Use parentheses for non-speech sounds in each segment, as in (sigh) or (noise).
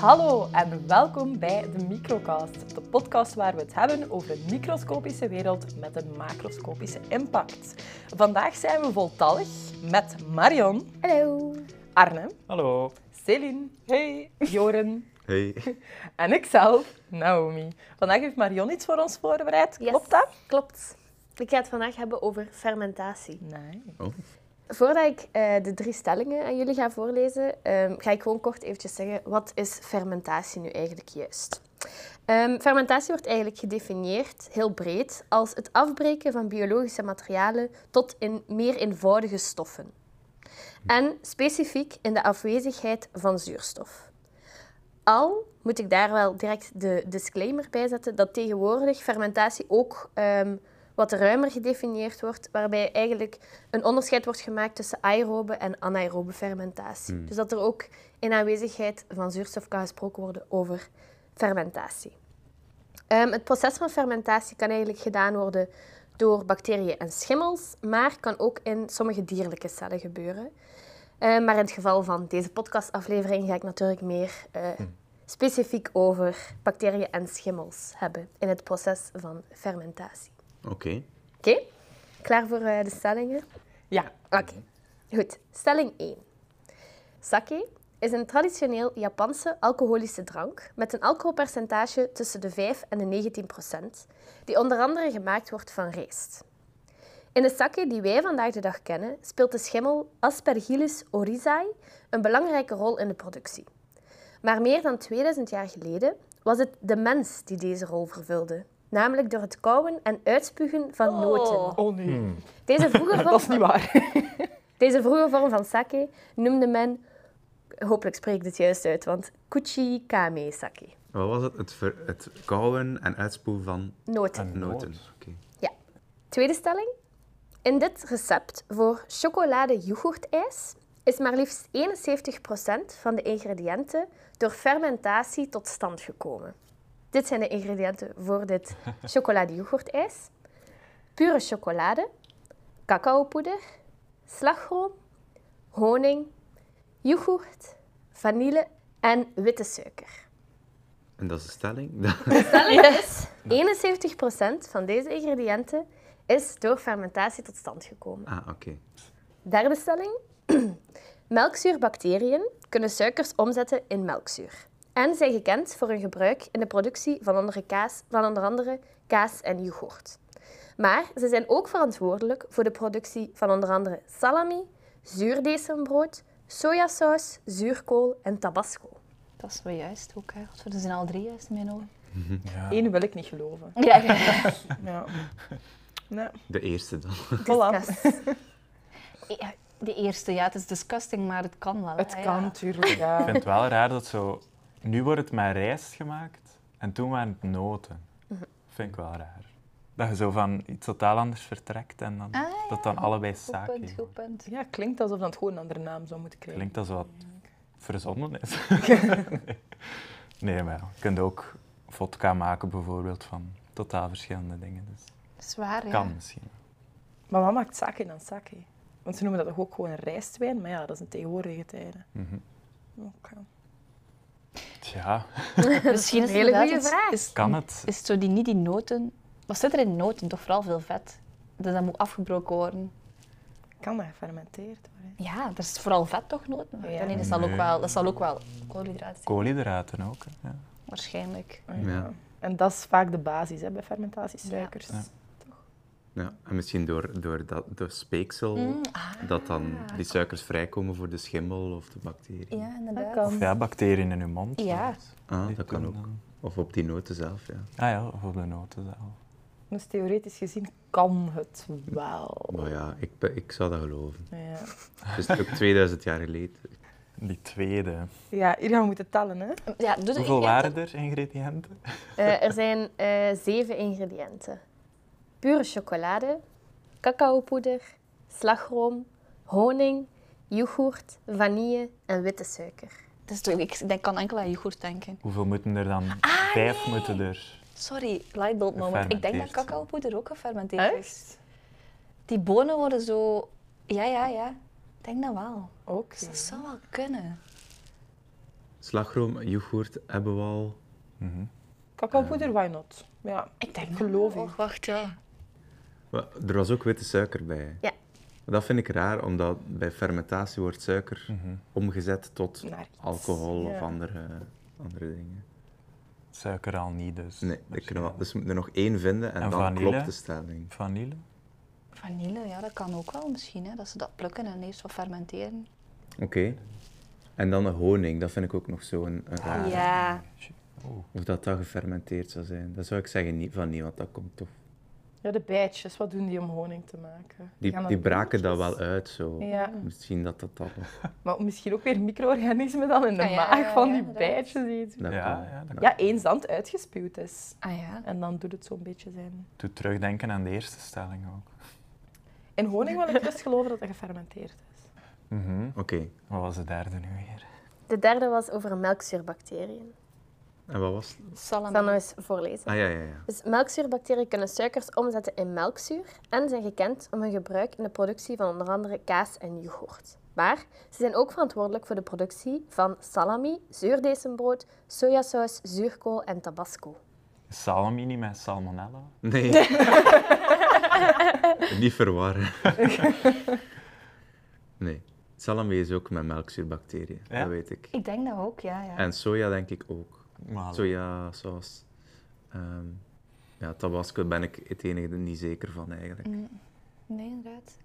Hallo en welkom bij de Microcast, de podcast waar we het hebben over een microscopische wereld met een macroscopische impact. Vandaag zijn we voltallig met Marion, Hallo. Arne, Hallo. Céline, hey, Joren Hey, en ikzelf, Naomi. Vandaag heeft Marion iets voor ons voorbereid, Yes. klopt dat? Klopt. Ik ga het vandaag hebben over fermentatie. Nee. Voordat ik eh, de drie stellingen aan jullie ga voorlezen, ehm, ga ik gewoon kort eventjes zeggen wat is fermentatie nu eigenlijk juist? Ehm, fermentatie wordt eigenlijk gedefinieerd, heel breed, als het afbreken van biologische materialen tot in meer eenvoudige stoffen. En specifiek in de afwezigheid van zuurstof. Al moet ik daar wel direct de disclaimer bij zetten dat tegenwoordig fermentatie ook ehm, wat ruimer gedefinieerd wordt, waarbij eigenlijk een onderscheid wordt gemaakt tussen aerobe en anaerobe fermentatie. Dus dat er ook in aanwezigheid van zuurstof kan gesproken worden over fermentatie. Ehm, het proces van fermentatie kan eigenlijk gedaan worden door bacteriën en schimmels, maar kan ook in sommige dierlijke cellen gebeuren. Ehm, maar in het geval van deze podcastaflevering ga ik natuurlijk meer eh, specifiek over bacteriën en schimmels hebben in het proces van fermentatie. oké. Oké, klaar voor eh, de stellingen? Ja, Oké, goed. Stelling 1. Sake is een traditioneel Japanse alcoholische drank met een alcoholpercentage tussen de 5 en de 19 procent, die onder andere gemaakt wordt van rijst. In de sake die wij vandaag de dag kennen, speelt de schimmel Aspergillus oryzae een belangrijke rol in de productie. Maar meer dan 2000 jaar geleden was het de mens die deze rol vervulde, namelijk door het kouwen en uitspugen van noten. oh nee, (laughs) Deze vroege dat vorm is niet waar. deze vroege vorm van sake noemde men, hopelijk spreek ik dit juist uit, want kuchikame sake. Wat was het? Het, ver- het kouwen en uitspoelen van Noten. noten. Oké. Tweede stelling. In dit recept voor chocolade yoghurtijs is maar liefst 71% van de ingrediënten door fermentatie tot stand gekomen. Dit zijn de ingrediënten voor dit chocolade yoghurtijs. Pure chocolade, cacaopoeder, slagroom, honing, yoghurt, vanille en witte suiker. En dat is de stelling? (laughs) Stelling is, 71% van deze ingrediënten is door fermentatie tot stand gekomen. ah, oké. Derde stelling. (clears throat) Melkzuurbacteriën kunnen suikers omzetten in melkzuur. En zijn gekend voor hun gebruik in de productie van onder, kaas, van onder andere kaas en yoghurt. Maar ze zijn ook verantwoordelijk voor de productie van onder andere salami, zuurdesembrood, sojasaus, zuurkool en tabasco. Dat is wel juist ook, hè. Godver, Er zijn al drie juist in mijn ogen. (laughs) Eén wil ik niet geloven. Ja, ja. Ja. Nee, De eerste dan. voilà. Discuss. (laughs) Ja, De eerste, ja, het is disgusting, maar het kan wel. hè. Het kan Ja. natuurlijk, Ik ja. vind het wel raar dat zo... Nu wordt het met rijst gemaakt en toen waren het noten. Mhm. Vind ik wel raar. Dat je zo van iets totaal anders vertrekt en dan, Ah, ja. dat dan allebei Goed sake punt, goed wordt. punt. Ja, klinkt alsof dat gewoon een andere naam zou moeten krijgen. Klinkt als wat verzonnen is. (laughs) nee. nee, maar ja, je kunt ook vodka maken bijvoorbeeld van totaal verschillende dingen. Dus Dat is waar, (laughs) ja. kan misschien. Maar wat maakt sake dan sake? Want ze noemen dat toch ook gewoon rijstwijn? Maar ja, dat is een tegenwoordige Oh, tijden. Mhm. Oké. Tja, Misschien is Een het hele inderdaad goeie iets- vraag. Is, kan het? is het zo die, niet die noten... Wat zit er in noten? Toch vooral veel vet. Dus dat moet afgebroken worden. Kan dat gefermenteerd worden? Ja, er is vooral vet toch noten? Ja. Nee, dat zal ook Nee. wel, dat zal ook wel koolhydraten zijn, Koolhydraten ook. hè, Ja. waarschijnlijk. Ah, ja. Ja. En dat is vaak de basis hè, bij fermentatie, suikers. Ja. Ja. En misschien door, door dat door speeksel, dat dan die suikers vrijkomen voor de schimmel of de bacterie. Ja, Dat inderdaad. kan. Ja, bacteriën in je mond. Ja. dus Ah, die dat kan doen ook. dan- Of op die noten zelf, ja. Ah ja, of op de noten zelf. Dus theoretisch gezien kan het wel. Maar ja, ik, be- ik zou dat geloven. Ja. Het is ook (laughs) 2000 jaar geleden. Die tweede. ja, hier gaan we moeten tellen. Hè. Ja, doe Hoeveel waren er ingrediënten? Eh, er zijn eh, zeven ingrediënten. Pure chocolade, cacaopoeder, slagroom, honing, yoghurt, vanille en witte suiker. Dus ik denk- kan enkel aan yoghurt denken. Hoeveel moeten er dan? Ah, Vijf moeten er. Sorry, lightbulb moment. Ik denk dat Gefermenteerd. cacaopoeder ook gefermenteerd is. Die bonen worden zo... Ja, ja, ja. Ik denk dat wel. Ook. Dus dat zou wel kunnen. Slagroom, yoghurt hebben we al. Cacaopoeder, why not? Ja, Ik denk geloof je. Oh, wacht, ja. Maar er was ook witte suiker bij. Ja. Dat vind ik raar, omdat bij fermentatie wordt suiker omgezet tot Naar iets. alcohol Ja. of andere, andere dingen. Suiker al niet, dus. Nee, dat kunnen we, dus we moeten er nog één vinden en, En dan vanille? klopt de stelling. Dus Vanille? Vanille, ja, dat kan ook wel misschien. Hè, dat ze dat plukken en eerst wat fermenteren. Oké. En dan de honing, dat vind ik ook nog zo'n een raar. Ja. Of dat dat gefermenteerd zou zijn. Dat zou ik zeggen niet van niet, want dat komt toch. Ja, de bijtjes, wat doen die om honing te maken? Gaan Die, dat die braken dat wel bloemetjes? uit zo. Ja, Misschien dat dat dan nog. maar misschien ook weer micro-organismen dan in de Ah, ja, maag ja, van ja, die inderdaad. bijtjes. die iets- dat Ja, kan. ja, dat Ja, eens dat het uitgespuwd is. Ah ja. En dan doet het zo'n beetje zijn. doet terugdenken aan de eerste stelling ook. In honing wil ik best geloven dat dat gefermenteerd is. Mhm. Oké, Wat was de derde nu weer? De derde was over melkzuurbacteriën. en wat was het? Ik zal Salam. nog eens voorlezen. Ah ja, ja, ja. Dus melkzuurbacteriën kunnen suikers omzetten in melkzuur en zijn gekend om hun gebruik in de productie van onder andere kaas en yoghurt. Maar ze zijn ook verantwoordelijk voor de productie van salami, zuurdesembrood, sojasaus, zuurkool en tabasco. Is Salami niet met salmonella? (laughs) Nee. Niet verwarren. nee. Salami is ook met melkzuurbacteriën, Ja? dat weet ik. Ik denk dat ook, ja. ja. En soja denk ik ook. Maar Sojasaus. Ehm ja, tabasco ben ik het enige er niet zeker van eigenlijk. Mm. Nee, inderdaad.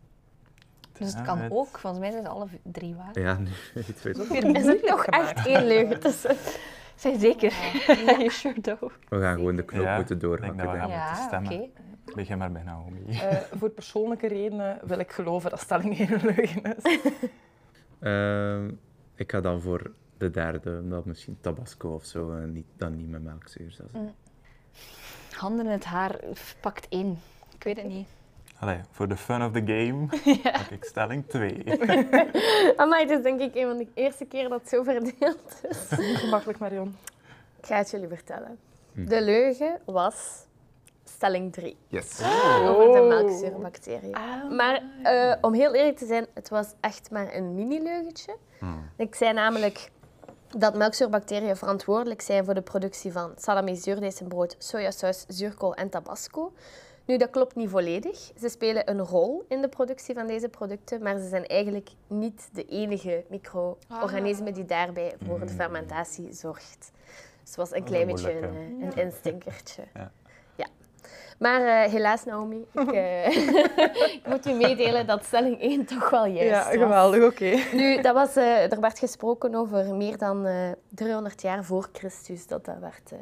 Dus het Ja, kan het- ook. Volgens mij zijn ze alle v- drie waar. Ja, (laughs) nee, het weet ik. Weer Er zit moeilijk nog gemaakt. echt één leugen tussen. Zijn zeker. (laughs) you sure do. We gaan gewoon de knoop Ja, moeten ik denk doorhakken. dat we denk ik. gaan moeten Ja, oké. stemmen. Begin maar bij Naomi. (laughs) Eh, voor persoonlijke redenen wil ik geloven dat stelling één een leugen (laughs) is. Ehm, ik ga dan voor de derde, omdat misschien tabasco of zo eh, niet, dan niet met melkzuur zou zijn. Mm. Handen in het haar f- pakt één. Ik weet het niet. Allee, voor de fun of the game (laughs) pak ik stelling 2. (laughs) Amai, dit is denk ik een van de eerste keer dat het zo verdeeld is. Gemakkelijk, Marion. Ik ga het jullie vertellen. De leugen was stelling 3 Yes. over de melkzuurbacteriën. Ah, Maar eh, om heel eerlijk te zijn, het was echt maar een mini-leugentje. Ik zei namelijk dat melkzuurbacteriën verantwoordelijk zijn voor de productie van salami, zuurdesembrood, sojasaus, zuurkool en tabasco. Nu, dat klopt niet volledig. Ze spelen een rol in de productie van deze producten, maar ze zijn eigenlijk niet de enige micro-organismen die daarbij voor de fermentatie zorgt. Dus het was een klein een beetje een, moeilijke. eh, een instinkertje. Ja. Ja. Maar eh, helaas, Naomi, ik, eh, ik moet u meedelen dat stelling 1 toch wel juist ja, was. geweldig, oké. Nu, dat was, eh, er werd gesproken over meer dan eh, 300 jaar voor Christus dat dat werd eh,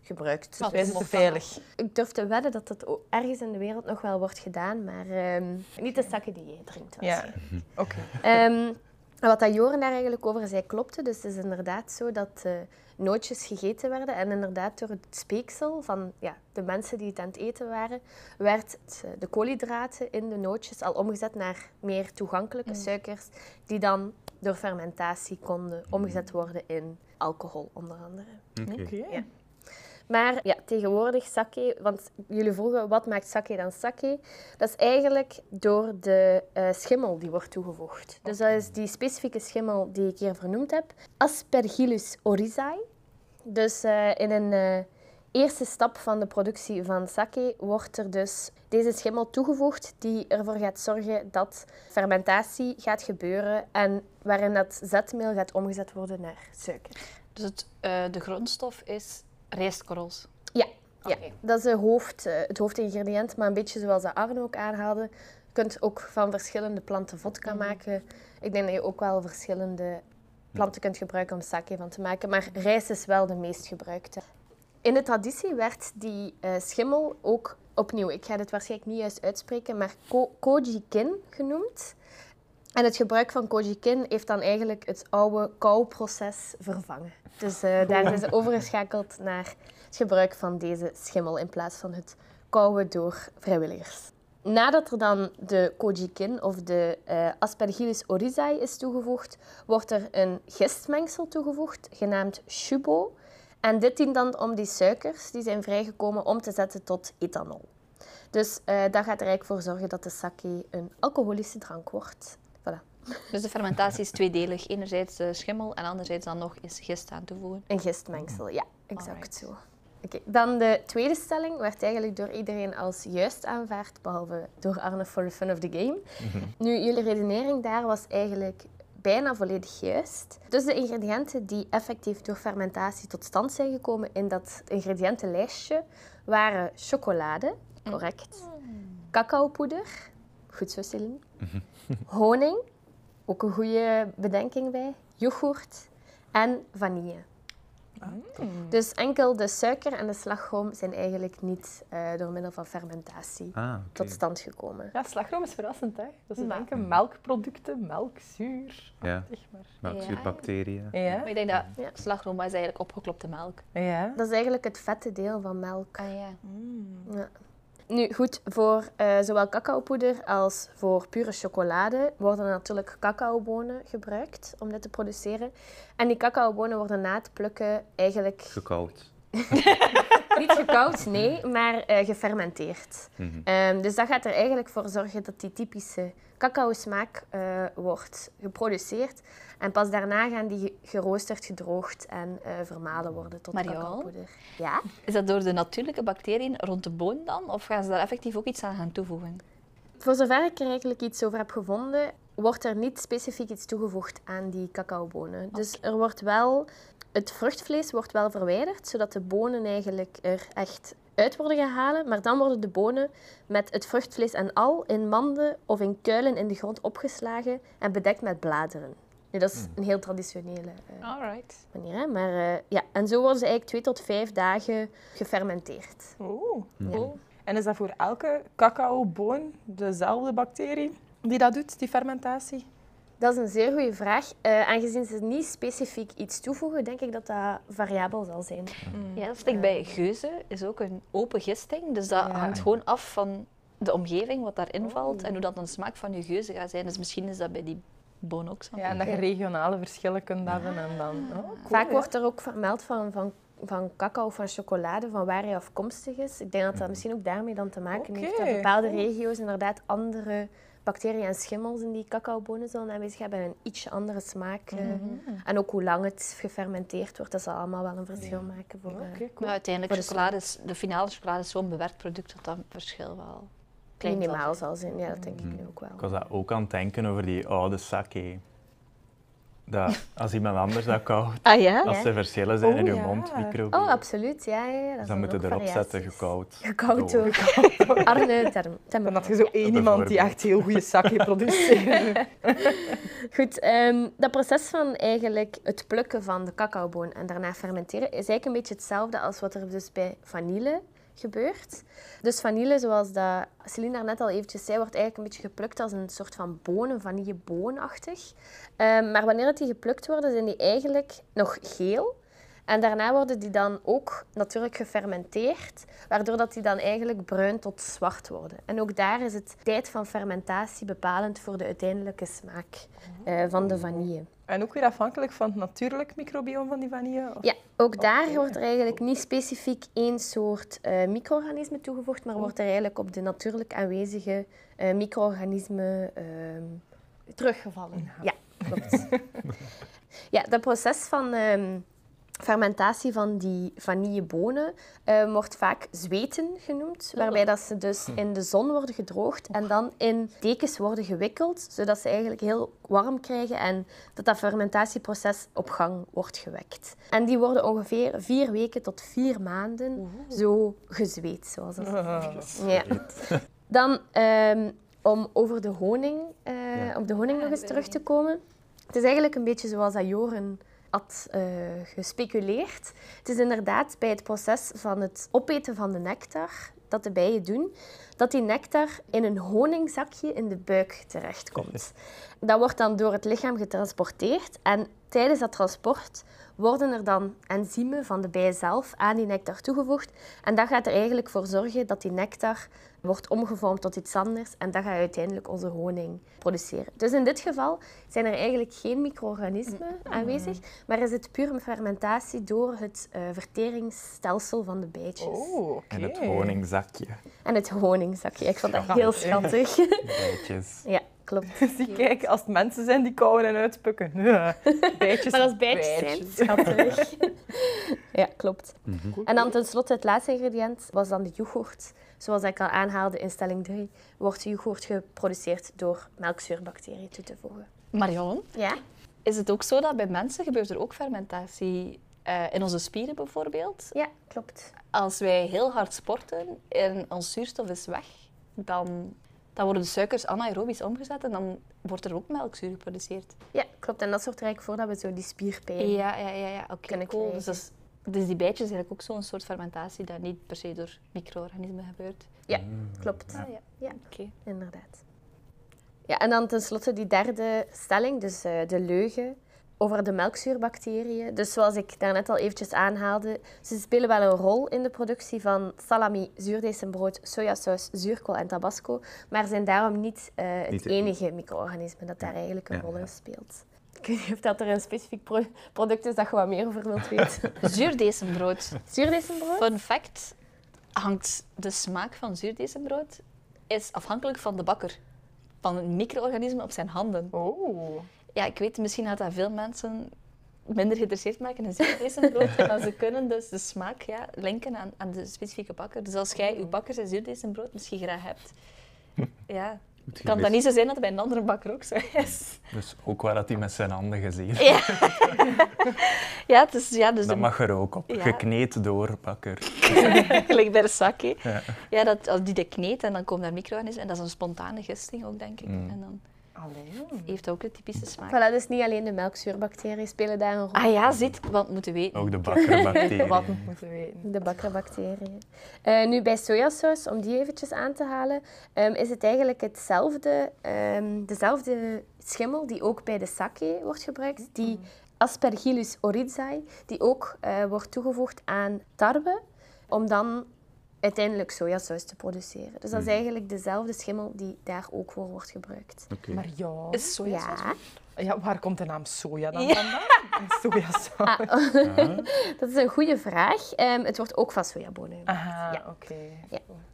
gebruikt. Wat? Wij zitten veilig. Ik durf te wedden dat dat ook ergens in de wereld nog wel wordt gedaan, maar ehm, niet de zakken die jij drinkt. Ja, waarschijnlijk. oké. Ehm, wat dat Joren daar eigenlijk over zei klopte. Dus het is inderdaad zo dat eh, nootjes gegeten werden. En inderdaad door het speeksel van ja, de mensen die het aan het eten waren, werd het, eh, de koolhydraten in de nootjes al omgezet naar meer toegankelijke suikers. Die dan door fermentatie konden omgezet worden in alcohol onder andere. Oké. Oké. Maar ja, tegenwoordig sake, want jullie vroegen wat maakt sake dan sake? Dat is eigenlijk door de eh, schimmel die wordt toegevoegd. Dus dat is die specifieke schimmel die ik hier vernoemd heb. Aspergillus oryzae. Dus eh, in een eh, eerste stap van de productie van sake wordt er dus deze schimmel toegevoegd die ervoor gaat zorgen dat fermentatie gaat gebeuren en waarin dat zetmeel gaat omgezet worden naar suiker. Dus het, eh, de grondstof is rijstkorrels. Ja, ja. Oké. dat is de hoofd, eh, het hoofdingrediënt, maar een beetje zoals dat Arno ook aanhaalde. Je kunt ook van verschillende planten vodka maken. Ik denk dat je ook wel verschillende planten kunt gebruiken om sake van te maken, maar rijst is wel de meest gebruikte. In de traditie werd die eh, schimmel ook opnieuw, ik ga dit waarschijnlijk niet juist uitspreken, maar ko- kojikin genoemd. En het gebruik van kojikin heeft dan eigenlijk het oude kouproces vervangen. Dus eh, daar zijn ze overgeschakeld naar het gebruik van deze schimmel in plaats van het kouwen door vrijwilligers. Nadat er dan de kojikin of de eh, Aspergillus oryzae is toegevoegd, wordt er een gistmengsel toegevoegd, genaamd shubo. En dit dient dan om die suikers die zijn vrijgekomen om te zetten tot ethanol. Dus eh dat gaat er eigenlijk voor zorgen dat de sake een alcoholische drank wordt. Voilà. Dus de fermentatie is tweedelig. Enerzijds de schimmel en anderzijds dan nog is gist aan toevoegen. Een gistmengsel, ja, exact Alright. zo. Oké, dan de tweede stelling werd eigenlijk door iedereen als juist aanvaard, behalve door Arne voor de fun of the game. Nu, jullie redenering daar was eigenlijk bijna volledig juist. Dus de ingrediënten die effectief door fermentatie tot stand zijn gekomen in dat ingrediëntenlijstje waren chocolade, correct, cacaopoeder, goed zo Celine, Mhm. (laughs) honing, ook een goede bedenking bij, yoghurt en vanille. Dus enkel de suiker en de slagroom zijn eigenlijk niet eh, door middel van fermentatie Ah, oké. tot stand gekomen. Ja, slagroom is verrassend, hè? Dat is Maar- denken melkproducten, melk, zuur. Ja. Zeg maar. Melkzuurbacteriën. Ja. Maar ik denk dat Ja. slagroom was eigenlijk opgeklopte melk. Ja. Dat is eigenlijk het vette deel van melk. Ah ja. Nu goed, voor eh, zowel cacaopoeder als voor pure chocolade worden natuurlijk cacaobonen gebruikt om dit te produceren. En die cacaobonen worden na het plukken eigenlijk Gekoud. niet gekoud, nee, maar eh, gefermenteerd. Mhm. Ehm, dus dat gaat er eigenlijk voor zorgen dat die typische cacao-smaak eh, wordt geproduceerd. En pas daarna gaan die ge- geroosterd, gedroogd en eh, vermalen worden tot Mariol? cacaopoeder. Ja? Is dat door de natuurlijke bacteriën rond de boon dan? Of gaan ze daar effectief ook iets aan gaan toevoegen? Voor zover ik er eigenlijk iets over heb gevonden, wordt er niet specifiek iets toegevoegd aan die cacaobonen. Dus er wordt wel, het vruchtvlees wordt wel verwijderd, zodat de bonen eigenlijk er echt uit worden gehaald. Maar dan worden de bonen met het vruchtvlees en al in manden of in kuilen in de grond opgeslagen en bedekt met bladeren. Nu, dat is een heel traditionele eh, Alright. manier. Hè? Maar, eh, ja. En zo worden ze eigenlijk twee tot vijf dagen gefermenteerd. Oeh. Cool. En is dat voor elke cacaoboon dezelfde bacterie die dat doet, die fermentatie? Dat is een zeer goede vraag. Eh, aangezien ze niet specifiek iets toevoegen, denk ik dat dat variabel zal zijn. Ja, dat stuk bij geuzen is ook een open gisting. Dus dat Ja. hangt gewoon af van de omgeving, wat daarin valt en hoe dat dan de smaak van je geuzen gaat zijn. Dus misschien is dat bij die boon ook zo. Ja, en dat je regionale verschillen kunt hebben en dan... Oh, cool, Vaak ja. wordt er ook vermeld van, van, van cacao of van chocolade, van waar hij afkomstig is. Ik denk dat dat Mhm. misschien ook daarmee dan te maken heeft dat Oké, bepaalde regio's inderdaad andere bacteriën en schimmels in die cacaobonen zullen aanwezig hebben en een ietsje andere smaak. eh. Mhm. En ook hoe lang het gefermenteerd wordt, dat zal allemaal wel een verschil maken voor... eh, Oké, Maar cool. uiteindelijk, Voor de chocolade is, de finale chocolade is zo'n bewerkt product dat dat verschil wel klein zal minimaal zal zijn, ja, dat denk ik Mhm. nu ook wel. Ik was dat ook aan het denken over die oude sake. Dat als iemand anders dat koudt, zijn. Ah ja? als er verschillen zijn in Oh, je ja. mond, microbiel, Oh, absoluut, ja. ja, ja dat Dus dan moet je moeten erop zetten, gekoud. Gekoud door. ook. (laughs) Arne Term. Dan Temmerman. had je zo één iemand die echt heel goede sake produceert. Goed, ehm, dat proces van eigenlijk het plukken van de cacaoboon en daarna fermenteren is eigenlijk een beetje hetzelfde als wat er dus bij vanille gebeurt. Dus vanille, zoals dat Celine daarnet al eventjes zei, wordt eigenlijk een beetje geplukt als een soort van bonen, vanilleboonachtig. Ehm, maar wanneer het die geplukt worden, zijn die eigenlijk nog geel. En daarna worden die dan ook natuurlijk gefermenteerd, waardoor dat die dan eigenlijk bruin tot zwart worden. En ook daar is het tijd van fermentatie bepalend voor de uiteindelijke smaak eh, van de vanille. (laughs) En ook weer afhankelijk van het natuurlijk microbioom van die vanille. of- Ja, ook daar wordt er eigenlijk niet specifiek één soort eh, micro-organisme toegevoegd, maar wordt er eigenlijk op de natuurlijk aanwezige eh micro-organismen ehm, teruggevallen. Ja, klopt. (laughs) ja, dat proces van ehm, fermentatie van die vanillebonen eh, wordt vaak zweten genoemd, waarbij dat ze dus in de zon worden gedroogd en dan in dekens worden gewikkeld, zodat ze eigenlijk heel warm krijgen en dat dat fermentatieproces op gang wordt gewekt. En die worden ongeveer vier weken tot vier maanden zo gezweet, zoals dat Ah. ja. Dan ehm, om over de honing, eh, op de honing nog eens terug te komen. Het is eigenlijk een beetje zoals dat Joren had eh, gespeculeerd. Het is inderdaad bij het proces van het opeten van de nectar dat de bijen doen, dat die nectar in een honingzakje in de buik terechtkomt. Dat wordt dan door het lichaam getransporteerd en tijdens dat transport worden er dan enzymen van de bij zelf aan die nectar toegevoegd. En dat gaat er eigenlijk voor zorgen dat die nectar wordt omgevormd tot iets anders en dat gaat uiteindelijk onze honing produceren. Dus in dit geval zijn er eigenlijk geen micro-organismen aanwezig, maar is het puur een fermentatie door het eh, verteringsstelsel van de bijtjes. Oh, oké. En het honingzakje. (laughs) En het honingzakje. Ik vond dat heel schattig. Bijtjes. Ja, klopt. (laughs) Zie, kijk, als het mensen zijn die kauwen en uitpukken. Ja, bijtjes. Maar als bijtjes zijn, Mhm. schattig. ja, klopt. En dan tenslotte het laatste ingrediënt was dan de yoghurt. Zoals ik al aanhaalde in stelling 3, wordt yoghurt geproduceerd door melkzuurbacteriën toe te voegen. Marion, Ja? is het ook zo dat bij mensen gebeurt er ook fermentatie eh, in onze spieren bijvoorbeeld? Ja, klopt. Als wij heel hard sporten en ons zuurstof is weg, dan, dan worden de suikers anaerobisch omgezet en dan wordt er ook melkzuur geproduceerd. Ja, klopt. En dat zorgt er eigenlijk voor dat we zo die spierpijn... Ja, ja, ja, ja. oké, Kunnen cool. Dus, krijgen. dat is- dus die bijtjes is eigenlijk ook zo'n soort fermentatie dat niet per se door micro-organismen gebeurt. Ja, klopt. Ah, ja. Mm. Ja. Oké. Inderdaad. Ja, en dan tenslotte die derde stelling, dus eh, de leugen over de melkzuurbacteriën. Dus zoals ik daarnet al eventjes aanhaalde, ze spelen wel een rol in de productie van salami, zuurdesembrood, sojasaus, zuurkool en tabasco, maar zijn daarom niet eh, het Niet de- enige micro-organisme dat daar eigenlijk een Ja, rol ja. in speelt. Ik weet niet of dat er een specifiek pro- product is dat je wat meer over wilt (laughs) weten. Zuurdesembrood. Zuurdesembrood? Fun fact, hangt de smaak van zuurdesembrood is afhankelijk van de bakker. Van een micro-organisme op zijn handen. Oh. Ja, ik weet, misschien gaat dat veel mensen minder geïnteresseerd maken in zuurdesembrood. en dan ze kunnen dus de smaak ja, linken aan, aan de specifieke bakker. Dus als jij je bakker zijn zuurdesembrood misschien graag hebt, ja, kan dat niet zo zijn dat het bij een andere bakker ook zo is. (laughs) Dus ook waar dat hij met zijn handen gezien. Ja, dus, ja, dus Dat de- mag er ook op. Ja. Gekneed door bakker. Gelijk bij de sake. Ja. Ja, dat, als die de kneedt en dan komen daar micro-organismen. En dat is een spontane gisting ook, denk ik. En dan (laughs) Allee. heeft dat ook de typische smaak. Mm. Voilà, dus niet alleen de melkzuurbacteriën spelen daar een rol. Ah ja, zit, want we moeten weten. Ook de (laughs) bakkerbacteriën. Wat moet moeten weten. De bakkerbacteriën. Eh, nu bij sojasaus, om die eventjes aan te halen, ehm, is het eigenlijk hetzelfde, ehm, dezelfde schimmel die ook bij de sake wordt gebruikt, die Aspergillus oryzae, die ook eh, wordt toegevoegd aan tarwe, om dan uiteindelijk sojasaus te produceren. Dus dat is eigenlijk dezelfde schimmel die daar ook voor wordt gebruikt. Oké. Maar ja. Dus- Is sojasaus. Ja, ja, waar komt de naam soja dan Ja. vandaan? (laughs) Een Sojasaus. Ah, dat is een goede vraag. Ehm, het wordt ook van sojabonen gemaakt. Aha, Ja. oké.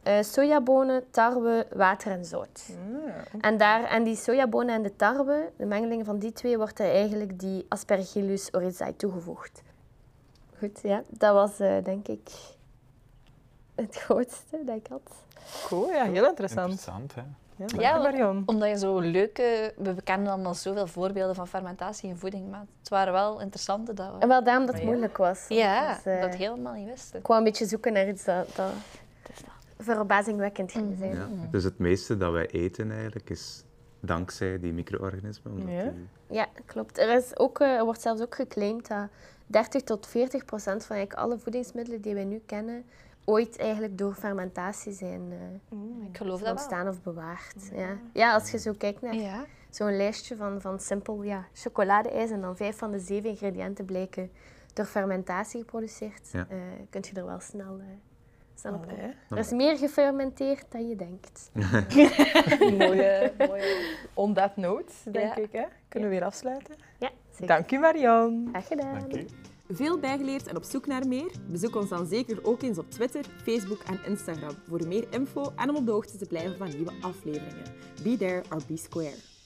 Eh, sojabonen, tarwe, water en zout. Ah, En daar, en die sojabonen en de tarwe, de mengeling van die twee, wordt er eigenlijk die Aspergillus oryzae toegevoegd. Goed, ja. Dat was eh, denk ik het grootste dat ik had. Cool, ja, heel interessant. Interessant, hè? Ja, Ja, dank je, Marion. Omdat je zo leuke... We we kennen allemaal zoveel voorbeelden van fermentatie in voeding, maar het waren wel interessante dat En we... wel daarom dat het Ja. moeilijk was. Ah, Ja, Dus, eh, dat helemaal niet wisten. Ik wou een beetje zoeken naar iets dat, dat Het is dat. Mhm. verbazingwekkend ging zijn. Ja. Dus het meeste dat wij eten eigenlijk is dankzij die micro-organismen. omdat Ja. die- Ja, klopt. Er, is ook, eh, er wordt zelfs ook geclaimd dat 30 tot 40 procent van eigenlijk alle voedingsmiddelen die wij nu kennen, ooit eigenlijk door fermentatie zijn eh, Ik geloof dat wel. ontstaan of bewaard. Ja. ja, als je zo kijkt naar Ja. zo'n lijstje van, van simpel ja, chocoladeijs en dan vijf van de zeven ingrediënten blijken door fermentatie geproduceerd, Ja. eh, kun je er wel snel, eh, snel op Allee. komen. Er is meer gefermenteerd dan je denkt. mooie, (laughs) mooie. On that note, denk Ja. ik. Hè? Kunnen we weer afsluiten? Ja, zeker. Dank u, Marion. Graag gedaan. Dank u. Veel bijgeleerd en op zoek naar meer? Bezoek ons dan zeker ook eens op Twitter, Facebook en Instagram voor meer info en om op de hoogte te blijven van nieuwe afleveringen. Be there or be square.